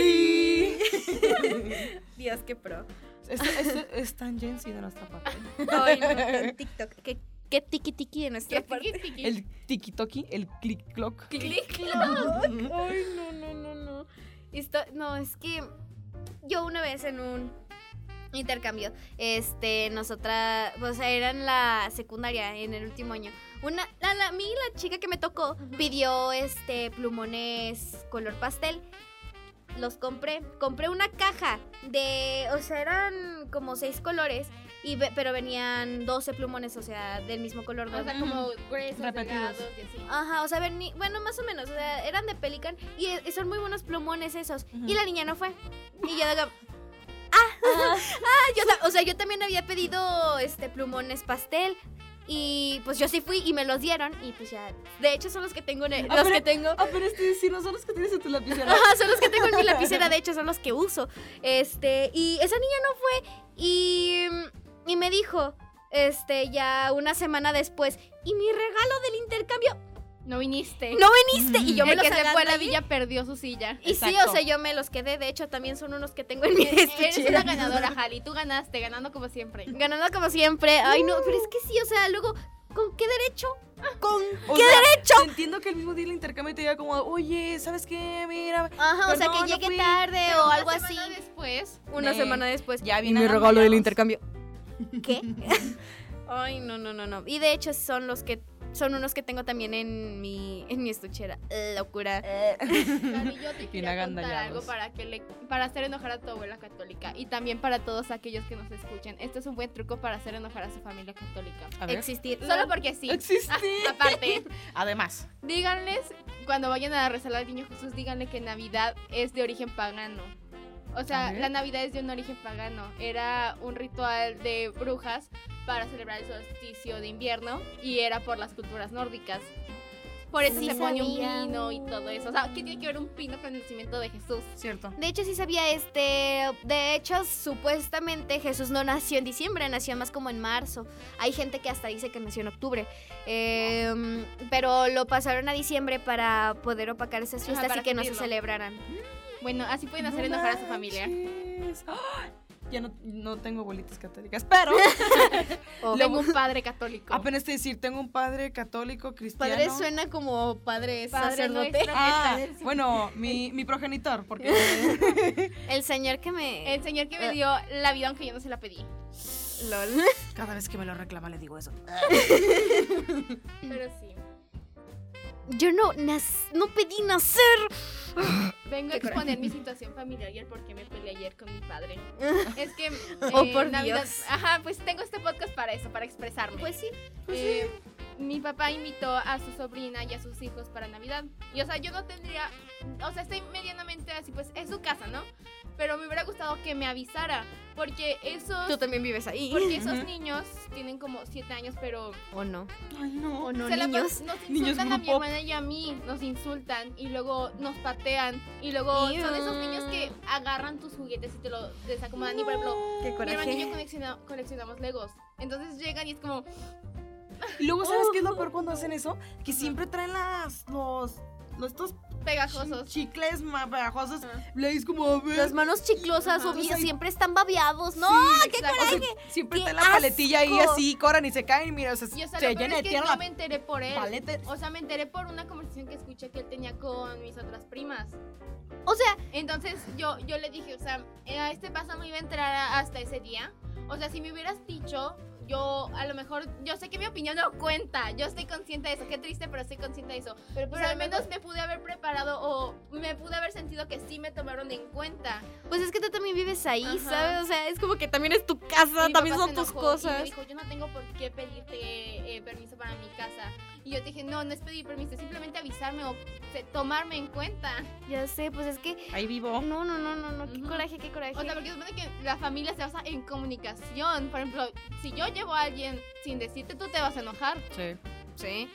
[SPEAKER 3] him. [laughs] Dios, qué pro.
[SPEAKER 1] Es, es, es tan Gen Z de nuestra parte.
[SPEAKER 3] [laughs] Ay, no, qué TikTok. Qué, qué tiki tiki de nuestra
[SPEAKER 2] Qué
[SPEAKER 3] parte.
[SPEAKER 2] tiqui, tiqui.
[SPEAKER 1] El tiki-toki, el click-clock.
[SPEAKER 3] Clic. Ay, no, no, no, no. Esto, no, es que yo una vez en un intercambio, este, nosotras, o sea, era en la secundaria, en el último año. Una, a la, a mí la chica que me tocó pidió, este, plumones color pastel. Los compré, compré una caja de, o sea, eran como seis colores, y ve- pero venían 12 plumones, o sea, del mismo color.
[SPEAKER 2] O
[SPEAKER 3] dos-
[SPEAKER 2] sea,
[SPEAKER 3] [laughs]
[SPEAKER 2] como gruesos,
[SPEAKER 1] Repetidos.
[SPEAKER 2] delgados y así.
[SPEAKER 3] Ajá, o sea, vení- bueno, más o menos, o sea, eran de Pelican y, eh, son muy buenos plumones esos. Y la niña no fue. Y yo de que- Ah, [laughs] ah, yo ta- o sea, yo también había pedido este plumones pastel y pues yo sí fui y me los dieron y pues ya, de hecho son los que tengo en el-
[SPEAKER 1] Ah,
[SPEAKER 3] los
[SPEAKER 1] pero-
[SPEAKER 3] que tengo.
[SPEAKER 1] Ah, pero este sí, nosotros que tienes en tu lapicera.
[SPEAKER 3] Ajá, son los que tengo en mi lapicera, de hecho, son los que uso. Este, y esa niña no fue. Y, y me dijo, este, ya una semana después, y mi regalo del intercambio,
[SPEAKER 2] No viniste.
[SPEAKER 3] No viniste. Y yo me
[SPEAKER 2] El
[SPEAKER 3] los
[SPEAKER 2] que se fue a la
[SPEAKER 3] agarré.
[SPEAKER 2] villa perdió su [laughs] silla.
[SPEAKER 3] Y sí, o
[SPEAKER 1] Exacto.
[SPEAKER 3] sea, yo me los quedé. De hecho, también son unos que tengo en mi [laughs]
[SPEAKER 2] Eres
[SPEAKER 3] estuche.
[SPEAKER 2] una ganadora, Jali. Tú ganaste, ganando como siempre.
[SPEAKER 3] Ganando como siempre. Ay, no, pero es que sí, o sea, luego, ¿con qué derecho?
[SPEAKER 1] Con ¿Qué derecho? Entiendo que el mismo día el intercambio te diga como, oye, ¿sabes qué? Mira,
[SPEAKER 3] Ajá, o sea,
[SPEAKER 1] Pero
[SPEAKER 3] que
[SPEAKER 1] no, no
[SPEAKER 3] llegue
[SPEAKER 1] fui.
[SPEAKER 3] tarde
[SPEAKER 2] Pero
[SPEAKER 3] o
[SPEAKER 2] una
[SPEAKER 3] algo así.
[SPEAKER 2] semana Después,
[SPEAKER 3] Una
[SPEAKER 1] De-
[SPEAKER 3] semana después.
[SPEAKER 1] ya
[SPEAKER 3] Eh, viene
[SPEAKER 1] viene mi regalo del intercambio.
[SPEAKER 3] ¿Qué? [laughs] Ay, no, no, no, no. Y de hecho, son los que. Son unos que tengo también en mi, en mi estuchera. Locura.
[SPEAKER 1] Eh.
[SPEAKER 2] Cari, yo [laughs] te quería contar
[SPEAKER 1] agandallados.
[SPEAKER 2] algo para, que le, para hacer enojar a tu abuela católica y también para todos aquellos que nos escuchen. Este es un buen truco para hacer enojar a su familia católica.
[SPEAKER 1] A ver.
[SPEAKER 3] Existir.
[SPEAKER 2] Solo porque sí. [laughs]
[SPEAKER 1] Existe.
[SPEAKER 2] Aparte,
[SPEAKER 1] Además.
[SPEAKER 2] díganles, cuando vayan a rezar al niño Jesús, díganle que Navidad es de origen pagano. O
[SPEAKER 1] A
[SPEAKER 2] sea,
[SPEAKER 1] ver.
[SPEAKER 2] la Navidad es de un origen pagano. Era un ritual de brujas para celebrar el solsticio de invierno y era por las culturas nórdicas. Por eso
[SPEAKER 3] Sí
[SPEAKER 2] se pone
[SPEAKER 3] sabía.
[SPEAKER 2] un pino y todo eso. O sea, ¿qué tiene que ver un pino con el nacimiento de Jesús?
[SPEAKER 1] Cierto.
[SPEAKER 3] De hecho, sí sabía este. De hecho, supuestamente Jesús no nació en diciembre, nació más como en marzo. Hay gente que hasta dice que nació en octubre. Eh, pero lo pasaron a diciembre para poder opacar esas
[SPEAKER 2] Ajá,
[SPEAKER 3] fiestas
[SPEAKER 2] para
[SPEAKER 3] y que no se
[SPEAKER 2] cubrirlo.
[SPEAKER 3] celebraran.
[SPEAKER 2] Bueno, así pueden hacer
[SPEAKER 1] No
[SPEAKER 2] enojar a su familia.
[SPEAKER 1] manches. ¡Ah! Ya no, no tengo abuelitas católicas,
[SPEAKER 2] [laughs]
[SPEAKER 1] pero
[SPEAKER 3] O-
[SPEAKER 2] Tengo un padre católico.
[SPEAKER 1] apenas te decir, tengo un padre católico cristiano.
[SPEAKER 3] Padre suena como padre,
[SPEAKER 2] Padre
[SPEAKER 3] sacerdote.
[SPEAKER 2] nuestro que
[SPEAKER 1] Ah,
[SPEAKER 2] estás-
[SPEAKER 1] bueno, mi, mi progenitor, porque
[SPEAKER 2] [laughs]
[SPEAKER 3] El señor que me.
[SPEAKER 2] El señor
[SPEAKER 1] Ah.
[SPEAKER 2] que me dio la vida aunque yo no se la pedí.
[SPEAKER 3] Lol.
[SPEAKER 1] cada vez que me lo reclama le digo eso. Mm.
[SPEAKER 2] Pero sí.
[SPEAKER 3] [laughs] Yo no, nac- no pedí nacer.
[SPEAKER 2] Vengo a exponer mi situación familiar y el por qué me peleé ayer con mi
[SPEAKER 3] [laughs]
[SPEAKER 2] padre. Es que. eh,
[SPEAKER 3] Oh, por Dios.
[SPEAKER 2] Ajá, pues tengo este podcast para eso, para expresarme.
[SPEAKER 3] Pues sí.
[SPEAKER 2] Eh, mi papá invitó a su sobrina y a sus hijos para Navidad. Y o sea, yo no tendría, o sea, estoy medianamente así, pues es su casa, ¿no? Pero me hubiera gustado que me avisara, porque esos,
[SPEAKER 3] Tú también vives ahí.
[SPEAKER 2] porque esos
[SPEAKER 1] Ujú.
[SPEAKER 2] niños tienen como 7 años, pero
[SPEAKER 3] ¿O no?
[SPEAKER 1] Ay, no.
[SPEAKER 3] ¿O no,
[SPEAKER 2] se la
[SPEAKER 3] niños?
[SPEAKER 2] pas- nos
[SPEAKER 1] niños
[SPEAKER 2] insultan a mi
[SPEAKER 1] grupo.
[SPEAKER 2] hermana y a mí, nos insultan y luego nos patean y luego son esos niños que agarran tus juguetes y te lo desacomodan y por ejemplo,
[SPEAKER 3] Qué
[SPEAKER 2] mi hermana y yo
[SPEAKER 3] coraje.
[SPEAKER 2] colecciona- coleccionamos legos. Entonces llegan y es como,
[SPEAKER 1] Y luego, ¿sabes qué es
[SPEAKER 2] Oh.
[SPEAKER 1] lo peor cuando hacen eso? Que siempre traen las, los, los estos
[SPEAKER 2] pegajosos.
[SPEAKER 1] chicles más pegajosos.
[SPEAKER 2] Ajá.
[SPEAKER 1] Le dices como, a ver.
[SPEAKER 3] Las manos chiclosas,
[SPEAKER 2] Ajá.
[SPEAKER 3] obvio,
[SPEAKER 1] Entonces ahí-
[SPEAKER 3] siempre están babeados, ¿no?
[SPEAKER 2] Exacto.
[SPEAKER 1] O sea, siempre
[SPEAKER 3] ¡Qué
[SPEAKER 1] traen la paletilla ahí
[SPEAKER 3] asco!
[SPEAKER 1] así, corran y se caen. Mira, o sea,
[SPEAKER 2] Y o sea,
[SPEAKER 1] se
[SPEAKER 2] lo peor
[SPEAKER 1] llena
[SPEAKER 2] es
[SPEAKER 1] de
[SPEAKER 2] que
[SPEAKER 1] tierra
[SPEAKER 2] yo
[SPEAKER 1] la
[SPEAKER 2] me enteré por él.
[SPEAKER 1] paleta.
[SPEAKER 2] O sea, me enteré por una conversación que escuché que él tenía con mis otras primas.
[SPEAKER 3] O sea,
[SPEAKER 2] Entonces yo, yo le dije, o sea, eh, a este paso me iba a entrar a- hasta ese día. O sea, si me hubieras dicho, yo a lo mejor, yo sé que mi opinión no cuenta. Yo estoy consciente de eso. Qué triste, pero estoy consciente de eso. Pero,
[SPEAKER 3] pues, a
[SPEAKER 2] al
[SPEAKER 3] lo
[SPEAKER 2] menos me pude haber preparado o me pude haber sentido que sí me tomaron en cuenta.
[SPEAKER 3] Pues es que tú también vives ahí,
[SPEAKER 2] Ajá.
[SPEAKER 3] ¿sabes? O sea, es como que también es tu casa,
[SPEAKER 2] Mi
[SPEAKER 3] también
[SPEAKER 2] papá
[SPEAKER 3] son
[SPEAKER 2] se enojó
[SPEAKER 3] tus
[SPEAKER 2] Y me
[SPEAKER 3] cosas.
[SPEAKER 2] dijo, yo no tengo por qué pedirte eh, permiso para mi casa. Y yo te dije, no, no es pedir permiso, es simplemente avisarme o se- tomarme en cuenta.
[SPEAKER 3] Ya sé, pues es que.
[SPEAKER 1] Ahí vivo.
[SPEAKER 3] No, no, no, no, no. Qué
[SPEAKER 2] Ujú.
[SPEAKER 3] coraje, qué coraje.
[SPEAKER 2] O sea, porque supone que la familia se basa en comunicación. Por ejemplo, si yo llevo a alguien sin decirte, tú te vas a enojar.
[SPEAKER 1] Sí.
[SPEAKER 3] sí.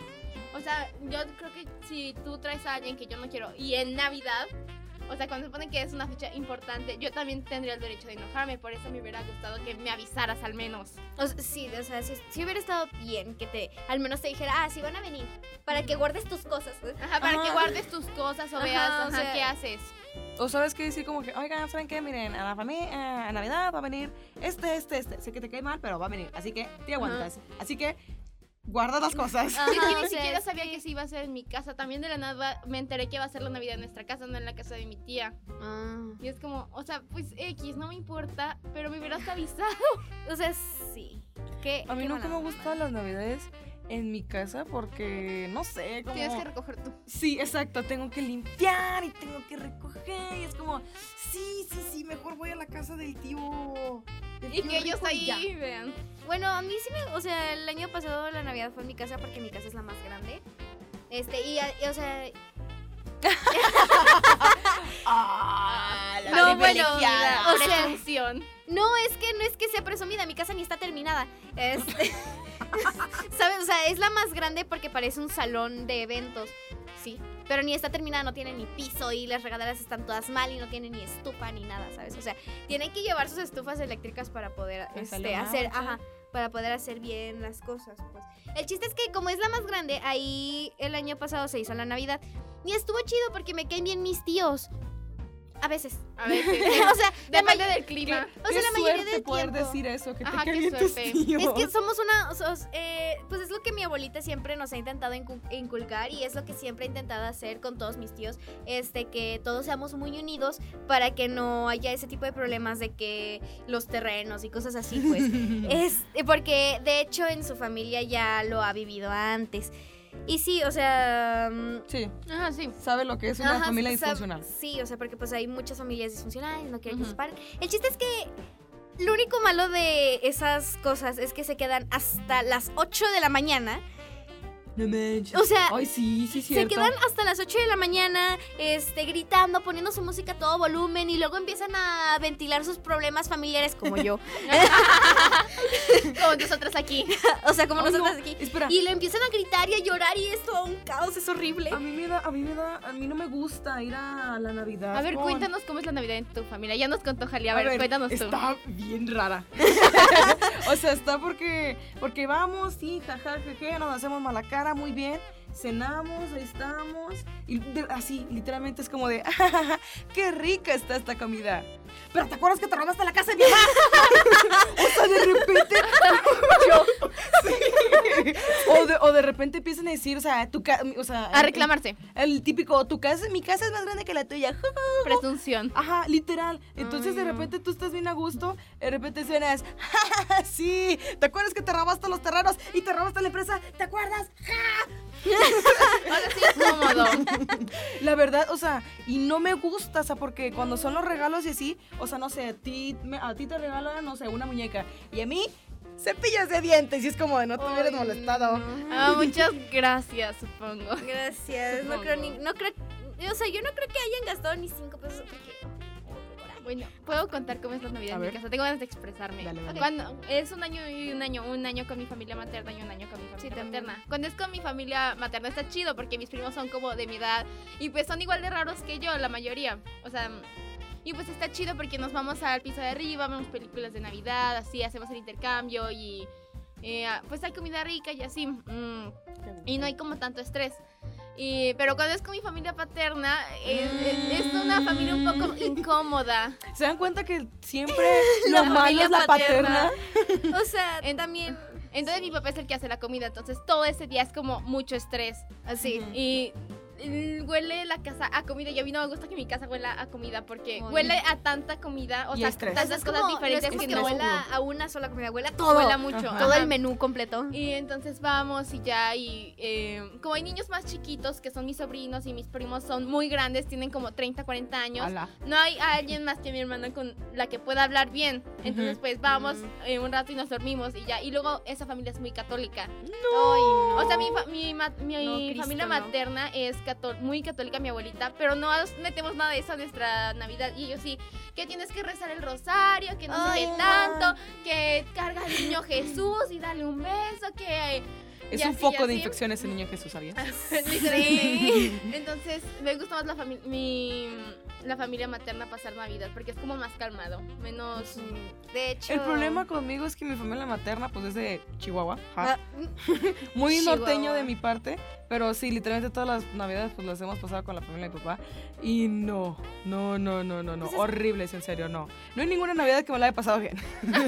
[SPEAKER 2] O sea, yo creo que si tú traes a alguien que yo no quiero y en Navidad, o sea, cuando supone que es una fecha importante, yo también tendría el derecho de enojarme. Por eso me hubiera gustado que me avisaras al menos.
[SPEAKER 3] O sea, sí, o sea, si, si hubiera estado bien que te. Al menos te dijera, ah, sí van a venir. Para que guardes tus cosas.
[SPEAKER 2] Ajá, para que
[SPEAKER 3] Ajá.
[SPEAKER 2] guardes tus cosas o
[SPEAKER 3] Ajá,
[SPEAKER 2] veas
[SPEAKER 3] o
[SPEAKER 2] ajá,
[SPEAKER 3] sea,
[SPEAKER 2] qué haces.
[SPEAKER 1] O sabes que decir como que, oigan, ¿saben qué? Miren, a la familia, a Navidad va a venir este, este, este. Sé que te cae mal, pero va a venir. Así que te aguantas. Así que guarda las cosas.
[SPEAKER 2] Es que
[SPEAKER 3] o
[SPEAKER 2] ni
[SPEAKER 3] sea,
[SPEAKER 2] siquiera
[SPEAKER 3] es
[SPEAKER 2] sabía
[SPEAKER 3] que-
[SPEAKER 2] que sí iba a ser en mi casa. También de la nada me enteré que iba a ser la Navidad en nuestra casa, no en la casa de mi tía. Y es como, o sea, pues X, no me importa, pero me hubieras avisado.
[SPEAKER 3] O sea, sí. ¿Qué,
[SPEAKER 1] A mí
[SPEAKER 3] qué
[SPEAKER 1] nunca me
[SPEAKER 3] mala
[SPEAKER 1] gustan las Navidades en mi casa porque, no sé, como...
[SPEAKER 2] [laughs] Tienes que recoger tú.
[SPEAKER 1] Sí, exacto, tengo que limpiar y tengo que recoger y es como, sí, sí, sí, mejor voy a la casa del tío. del
[SPEAKER 2] Y
[SPEAKER 1] tío
[SPEAKER 2] que ellos
[SPEAKER 1] rico y
[SPEAKER 2] ahí
[SPEAKER 1] ya.
[SPEAKER 2] vean.
[SPEAKER 3] Bueno, a mí sí me. O sea, el año pasado la Navidad fue en mi casa porque mi casa es la más grande. Este, y, a- y, o sea.
[SPEAKER 1] Ah, la
[SPEAKER 3] No, bueno,
[SPEAKER 1] privilegiada.
[SPEAKER 3] o sea-
[SPEAKER 2] Presunción.
[SPEAKER 3] No, es que no es que sea presumida, mi casa ni está terminada. Este. [laughs] ¿Sabes? O sea, es la más grande porque parece un salón de eventos. Sí. Pero ni está terminada, no tiene ni piso y las regaderas están todas mal y no tiene ni estufa ni nada, ¿sabes? O sea, tienen que llevar sus estufas eléctricas para poder
[SPEAKER 1] El
[SPEAKER 3] este,
[SPEAKER 1] salón, ah,
[SPEAKER 3] hacer,
[SPEAKER 1] ok.
[SPEAKER 3] ajá, para poder hacer bien las cosas, pues. El chiste es que como es la más grande, ahí el año pasado se hizo la Navidad y estuvo chido porque me caen bien mis tíos.
[SPEAKER 1] [laughs]
[SPEAKER 3] A veces.
[SPEAKER 2] A ver, [laughs]
[SPEAKER 3] o sea, la
[SPEAKER 2] depende
[SPEAKER 3] may-
[SPEAKER 2] del clima.
[SPEAKER 3] o sea,
[SPEAKER 1] Qué
[SPEAKER 3] la mayoría
[SPEAKER 1] suerte
[SPEAKER 3] del
[SPEAKER 1] poder
[SPEAKER 3] tiempo.
[SPEAKER 1] decir eso, que te
[SPEAKER 2] Ajá, qué
[SPEAKER 1] caigan tus
[SPEAKER 2] suerte.
[SPEAKER 1] tíos.
[SPEAKER 3] Es que somos una. sos- eh, pues es lo que mi abuelita siempre nos ha intentado incu- inculcar y es lo que siempre he intentado hacer con todos mis tíos. Este, que todos seamos muy unidos para que no haya ese tipo de problemas de que los terrenos y cosas así, pues.
[SPEAKER 1] [laughs]
[SPEAKER 3] es eh, porque de hecho en su familia ya lo ha vivido antes. Y sí, o sea. mm,
[SPEAKER 1] Sí,
[SPEAKER 2] Ajá, [laughs] sí.
[SPEAKER 1] sabe lo que es una
[SPEAKER 3] ajá,
[SPEAKER 1] familia
[SPEAKER 3] o sea,
[SPEAKER 1] disfuncional.
[SPEAKER 3] Sí, o sea, porque pues hay muchas familias disfuncionales, no quieren que
[SPEAKER 2] Ujú.
[SPEAKER 3] se separen. El chiste es que lo único malo de esas cosas es que se quedan hasta las 8 de la mañana.
[SPEAKER 1] No manches.
[SPEAKER 3] O sea,
[SPEAKER 1] Ay, sí, sí,
[SPEAKER 3] se
[SPEAKER 1] cierto.
[SPEAKER 3] quedan hasta las 8 de la mañana, este, gritando, poniendo su música a todo volumen y luego empiezan a ventilar sus problemas familiares como
[SPEAKER 1] [laughs]
[SPEAKER 3] yo.
[SPEAKER 2] Como nosotras aquí.
[SPEAKER 3] o sea, como
[SPEAKER 1] Ay, no,
[SPEAKER 3] nosotras aquí.
[SPEAKER 1] Espera,
[SPEAKER 3] Y le empiezan a gritar y a llorar y es todo un caos, es horrible.
[SPEAKER 1] a mí me da, a mí me da, a mí no me gusta ir a la Navidad.
[SPEAKER 2] A ver,
[SPEAKER 1] con-
[SPEAKER 2] cuéntanos cómo es la Navidad en tu familia. Ya nos contó Jali. A, ver, cuéntanos tú.
[SPEAKER 1] Está bien
[SPEAKER 2] [laughs]
[SPEAKER 1] rara. o sea, está porque, porque vamos, sí, jaja, jeje, nos hacemos mala cara, muy bien. Cenamos, ahí estamos. Y de- así, literalmente es como de, [laughs] "Ah, ¡qué rica está esta comida! Pero ¿te acuerdas que te robaste la casa de mi mamá? [laughs] o sea, de
[SPEAKER 2] [laughs]
[SPEAKER 1] repente. yo- sí. o, de, o de repente empiezan a decir, o sea, tu ca- o sea,
[SPEAKER 2] A reclamarse.
[SPEAKER 1] El, el típico, tu casa, mi casa es más grande que la tuya.
[SPEAKER 2] Presunción.
[SPEAKER 1] Ajá, literal. Entonces
[SPEAKER 2] Ay,
[SPEAKER 1] de
[SPEAKER 2] no.
[SPEAKER 1] repente tú estás bien a gusto, de repente suenas, [laughs] ¡Ja, ja, sí! ¿Te acuerdas que te robaste los terrenos y te robaste la empresa? ¿Te acuerdas?
[SPEAKER 2] Ahora sí es cómodo.
[SPEAKER 1] La verdad, o sea, y no me gusta, o sea, porque cuando son los regalos y así, o sea, no sé, a ti, me- a ti te regalan, no sé, una muñeca y a mí cepillas de dientes y es como de no te hubieras
[SPEAKER 2] Ay,
[SPEAKER 1] molestado.
[SPEAKER 2] Ah, muchas gracias, supongo.
[SPEAKER 3] Gracias, no
[SPEAKER 2] Supongo.
[SPEAKER 3] creo ni, no creo, o sea, yo no creo que hayan gastado ni cinco pesos porque
[SPEAKER 2] Bueno, puedo contar cómo es la Navidad
[SPEAKER 1] A
[SPEAKER 2] en mi
[SPEAKER 1] ver.
[SPEAKER 2] casa. Tengo ganas de expresarme.
[SPEAKER 1] Dale, dale.
[SPEAKER 2] Cuando es un año y un año, un año con mi familia materna y un año con mi familia
[SPEAKER 3] también.
[SPEAKER 2] paterna. Cuando es con mi familia materna está chido porque mis primos son como de mi edad y pues son igual de raros que yo, la mayoría. O sea, y pues está chido porque nos vamos al piso de arriba, vemos películas de Navidad, así hacemos el intercambio y eh, pues hay comida rica y así. mm, y no hay como tanto estrés. Y, pero cuando es con mi familia paterna, es, es- es una familia un
[SPEAKER 1] [laughs]
[SPEAKER 2] poco incómoda.
[SPEAKER 1] ¿Se dan cuenta que siempre
[SPEAKER 2] [laughs] La
[SPEAKER 1] lo malo
[SPEAKER 2] familia
[SPEAKER 1] es la
[SPEAKER 2] paterna.
[SPEAKER 1] paterna?
[SPEAKER 3] O sea, [laughs]
[SPEAKER 2] En-
[SPEAKER 3] también
[SPEAKER 2] Entonces mi papá es el que hace la comida, entonces todo ese día es como mucho estrés.
[SPEAKER 3] así.
[SPEAKER 1] Ujú.
[SPEAKER 2] Y mm, huele la casa a comida y a mí no me gusta que mi casa huela a comida porque
[SPEAKER 3] Ay.
[SPEAKER 2] huele a tanta comida, o
[SPEAKER 1] Y
[SPEAKER 2] sea,
[SPEAKER 1] estrés.
[SPEAKER 3] Entonces,
[SPEAKER 2] tantas cosas diferentes
[SPEAKER 3] no es como
[SPEAKER 2] que
[SPEAKER 3] que
[SPEAKER 2] no
[SPEAKER 1] huela
[SPEAKER 3] huela a una sola comida, huela todo.
[SPEAKER 2] huela mucho.
[SPEAKER 1] Ajá.
[SPEAKER 3] todo
[SPEAKER 2] Ajá.
[SPEAKER 3] el menú completo. [laughs]
[SPEAKER 2] Y entonces vamos y ya, y eh, como hay niños más chiquitos, que son mis sobrinos y mis primos son muy grandes, tienen como 30, 40 años,
[SPEAKER 1] Ala.
[SPEAKER 2] no hay alguien más que mi hermana con la que pueda hablar bien. Entonces,
[SPEAKER 1] Ujú.
[SPEAKER 2] pues vamos
[SPEAKER 3] Mm.
[SPEAKER 2] eh, un rato y nos dormimos y ya. Y luego esa familia es muy católica. No. O sea, mi, fa- mi, ma- mi
[SPEAKER 3] No, Cristo,
[SPEAKER 2] familia
[SPEAKER 3] no.
[SPEAKER 2] materna es cató- muy católica, mi abuelita, pero no as- metemos nada de eso a nuestra Navidad. Y ellos sí, que tienes que rezar el rosario, que no sé
[SPEAKER 1] Ay,
[SPEAKER 2] qué
[SPEAKER 1] no.
[SPEAKER 2] tanto, que carga al niño Jesús y dale un beso, que.
[SPEAKER 1] Es
[SPEAKER 2] Ya
[SPEAKER 1] un
[SPEAKER 2] sí,
[SPEAKER 1] foco
[SPEAKER 2] ya
[SPEAKER 1] de
[SPEAKER 2] sí.
[SPEAKER 1] infecciones el niño Jesús, ¿sabías?
[SPEAKER 3] [laughs]
[SPEAKER 2] Sí. Entonces, me gusta más la, fami- mi, la familia materna pasar Navidad, porque es como más calmado, menos...
[SPEAKER 3] De hecho.
[SPEAKER 1] El
[SPEAKER 3] [laughs]
[SPEAKER 1] problema conmigo es que mi familia materna, pues es de Chihuahua. ja.
[SPEAKER 3] Ah,
[SPEAKER 1] Muy
[SPEAKER 3] Chihuahua.
[SPEAKER 1] norteño de mi parte, pero sí, literalmente todas las navidades pues las hemos pasado con la familia de mi papá. Y no, no, no, no, no, no.
[SPEAKER 3] Pues es-
[SPEAKER 1] Horribles, en serio, no. No hay ninguna navidad que me la haya pasado bien.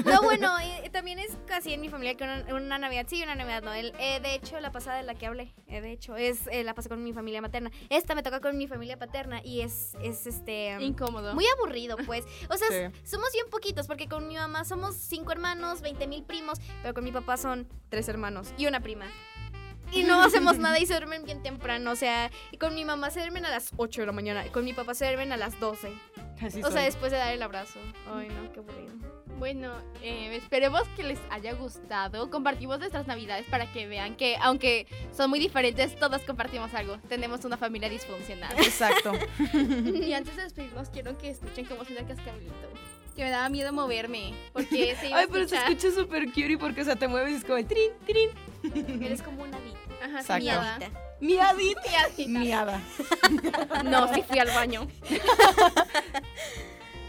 [SPEAKER 3] No, bueno, eh, también es casi en mi familia que una, una Navidad sí y una Navidad no. El- eh, de hecho, la pasada de la que hablé, eh, de hecho, es eh, la pasé con mi familia materna. Esta me toca con mi familia paterna y es, es este...
[SPEAKER 2] Incómodo.
[SPEAKER 3] Muy aburrido, pues. O
[SPEAKER 1] [laughs]
[SPEAKER 3] sea,
[SPEAKER 1] Sí.
[SPEAKER 3] s- somos bien poquitos, porque con mi mamá somos cinco hermanos, 20 mil primos, pero con mi papá son tres hermanos y una prima. Y no
[SPEAKER 1] [laughs]
[SPEAKER 3] hacemos nada y se duermen bien temprano. O sea, y con mi mamá se duermen a las 8 de la mañana, y con mi papá se duermen a las 12.
[SPEAKER 1] Así
[SPEAKER 3] o sea,
[SPEAKER 1] soy.
[SPEAKER 3] después de dar el abrazo. Ay, no, qué aburrido.
[SPEAKER 1] [laughs]
[SPEAKER 2] Bueno, eh, esperemos que les haya gustado. Compartimos nuestras navidades para que vean que, aunque son muy diferentes, todas compartimos algo. Tenemos una familia [laughs] disfuncional.
[SPEAKER 1] Exacto.
[SPEAKER 2] y antes de despedirnos, quiero que escuchen cómo suena el cascabelito. Que me daba miedo moverme, [laughs] porque se iba a
[SPEAKER 1] Ay, pero se
[SPEAKER 2] escuchar.
[SPEAKER 1] escucha súper cutie porque, o sea, te mueves y es como de trin, trin.
[SPEAKER 3] Eres como una vi-
[SPEAKER 2] Ajá,
[SPEAKER 1] Exacto.
[SPEAKER 2] sí, miada.
[SPEAKER 3] miadita.
[SPEAKER 1] Miadita.
[SPEAKER 2] Miadita.
[SPEAKER 1] Miada.
[SPEAKER 2] [laughs] No, sí fui al baño.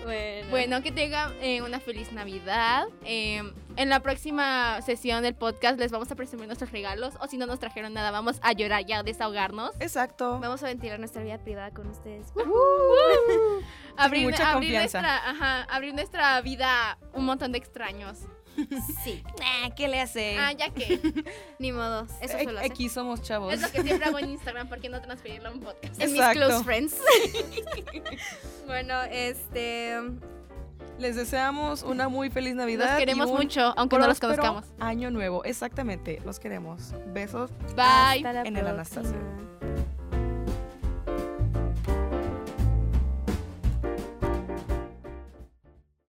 [SPEAKER 3] Bueno.
[SPEAKER 2] Bueno, que tengan eh, una feliz Navidad. Eh, en la próxima sesión del podcast les vamos a presumir nuestros regalos. O si no nos trajeron nada, vamos a llorar ya, a desahogarnos.
[SPEAKER 1] Exacto.
[SPEAKER 3] Vamos a ventilar nuestra vida privada con ustedes.
[SPEAKER 2] Abrir,
[SPEAKER 1] mucha
[SPEAKER 2] abrir
[SPEAKER 1] confianza.
[SPEAKER 2] Nuestra, ajá, abrir nuestra vida a un montón de extraños.
[SPEAKER 3] Sí,
[SPEAKER 6] Ah, ¿Qué le hace?
[SPEAKER 2] Ah, ya
[SPEAKER 3] [laughs]
[SPEAKER 2] que.
[SPEAKER 3] ni modo. Eso
[SPEAKER 1] E-
[SPEAKER 3] solo hace.
[SPEAKER 1] Aquí somos chavos.
[SPEAKER 2] Es lo que siempre hago en Instagram, ¿por qué no transferirlo a un podcast?
[SPEAKER 3] En mis
[SPEAKER 1] Exacto.
[SPEAKER 3] close friends. bueno, este.
[SPEAKER 1] Les deseamos una muy feliz Navidad.
[SPEAKER 2] Los
[SPEAKER 1] y
[SPEAKER 2] queremos
[SPEAKER 1] un
[SPEAKER 2] mucho, aunque no los
[SPEAKER 1] próspero
[SPEAKER 2] conozcamos.
[SPEAKER 1] Año nuevo, exactamente. Los queremos. Besos
[SPEAKER 2] Bye.
[SPEAKER 3] hasta la
[SPEAKER 1] en el Anastasio.
[SPEAKER 3] próxima.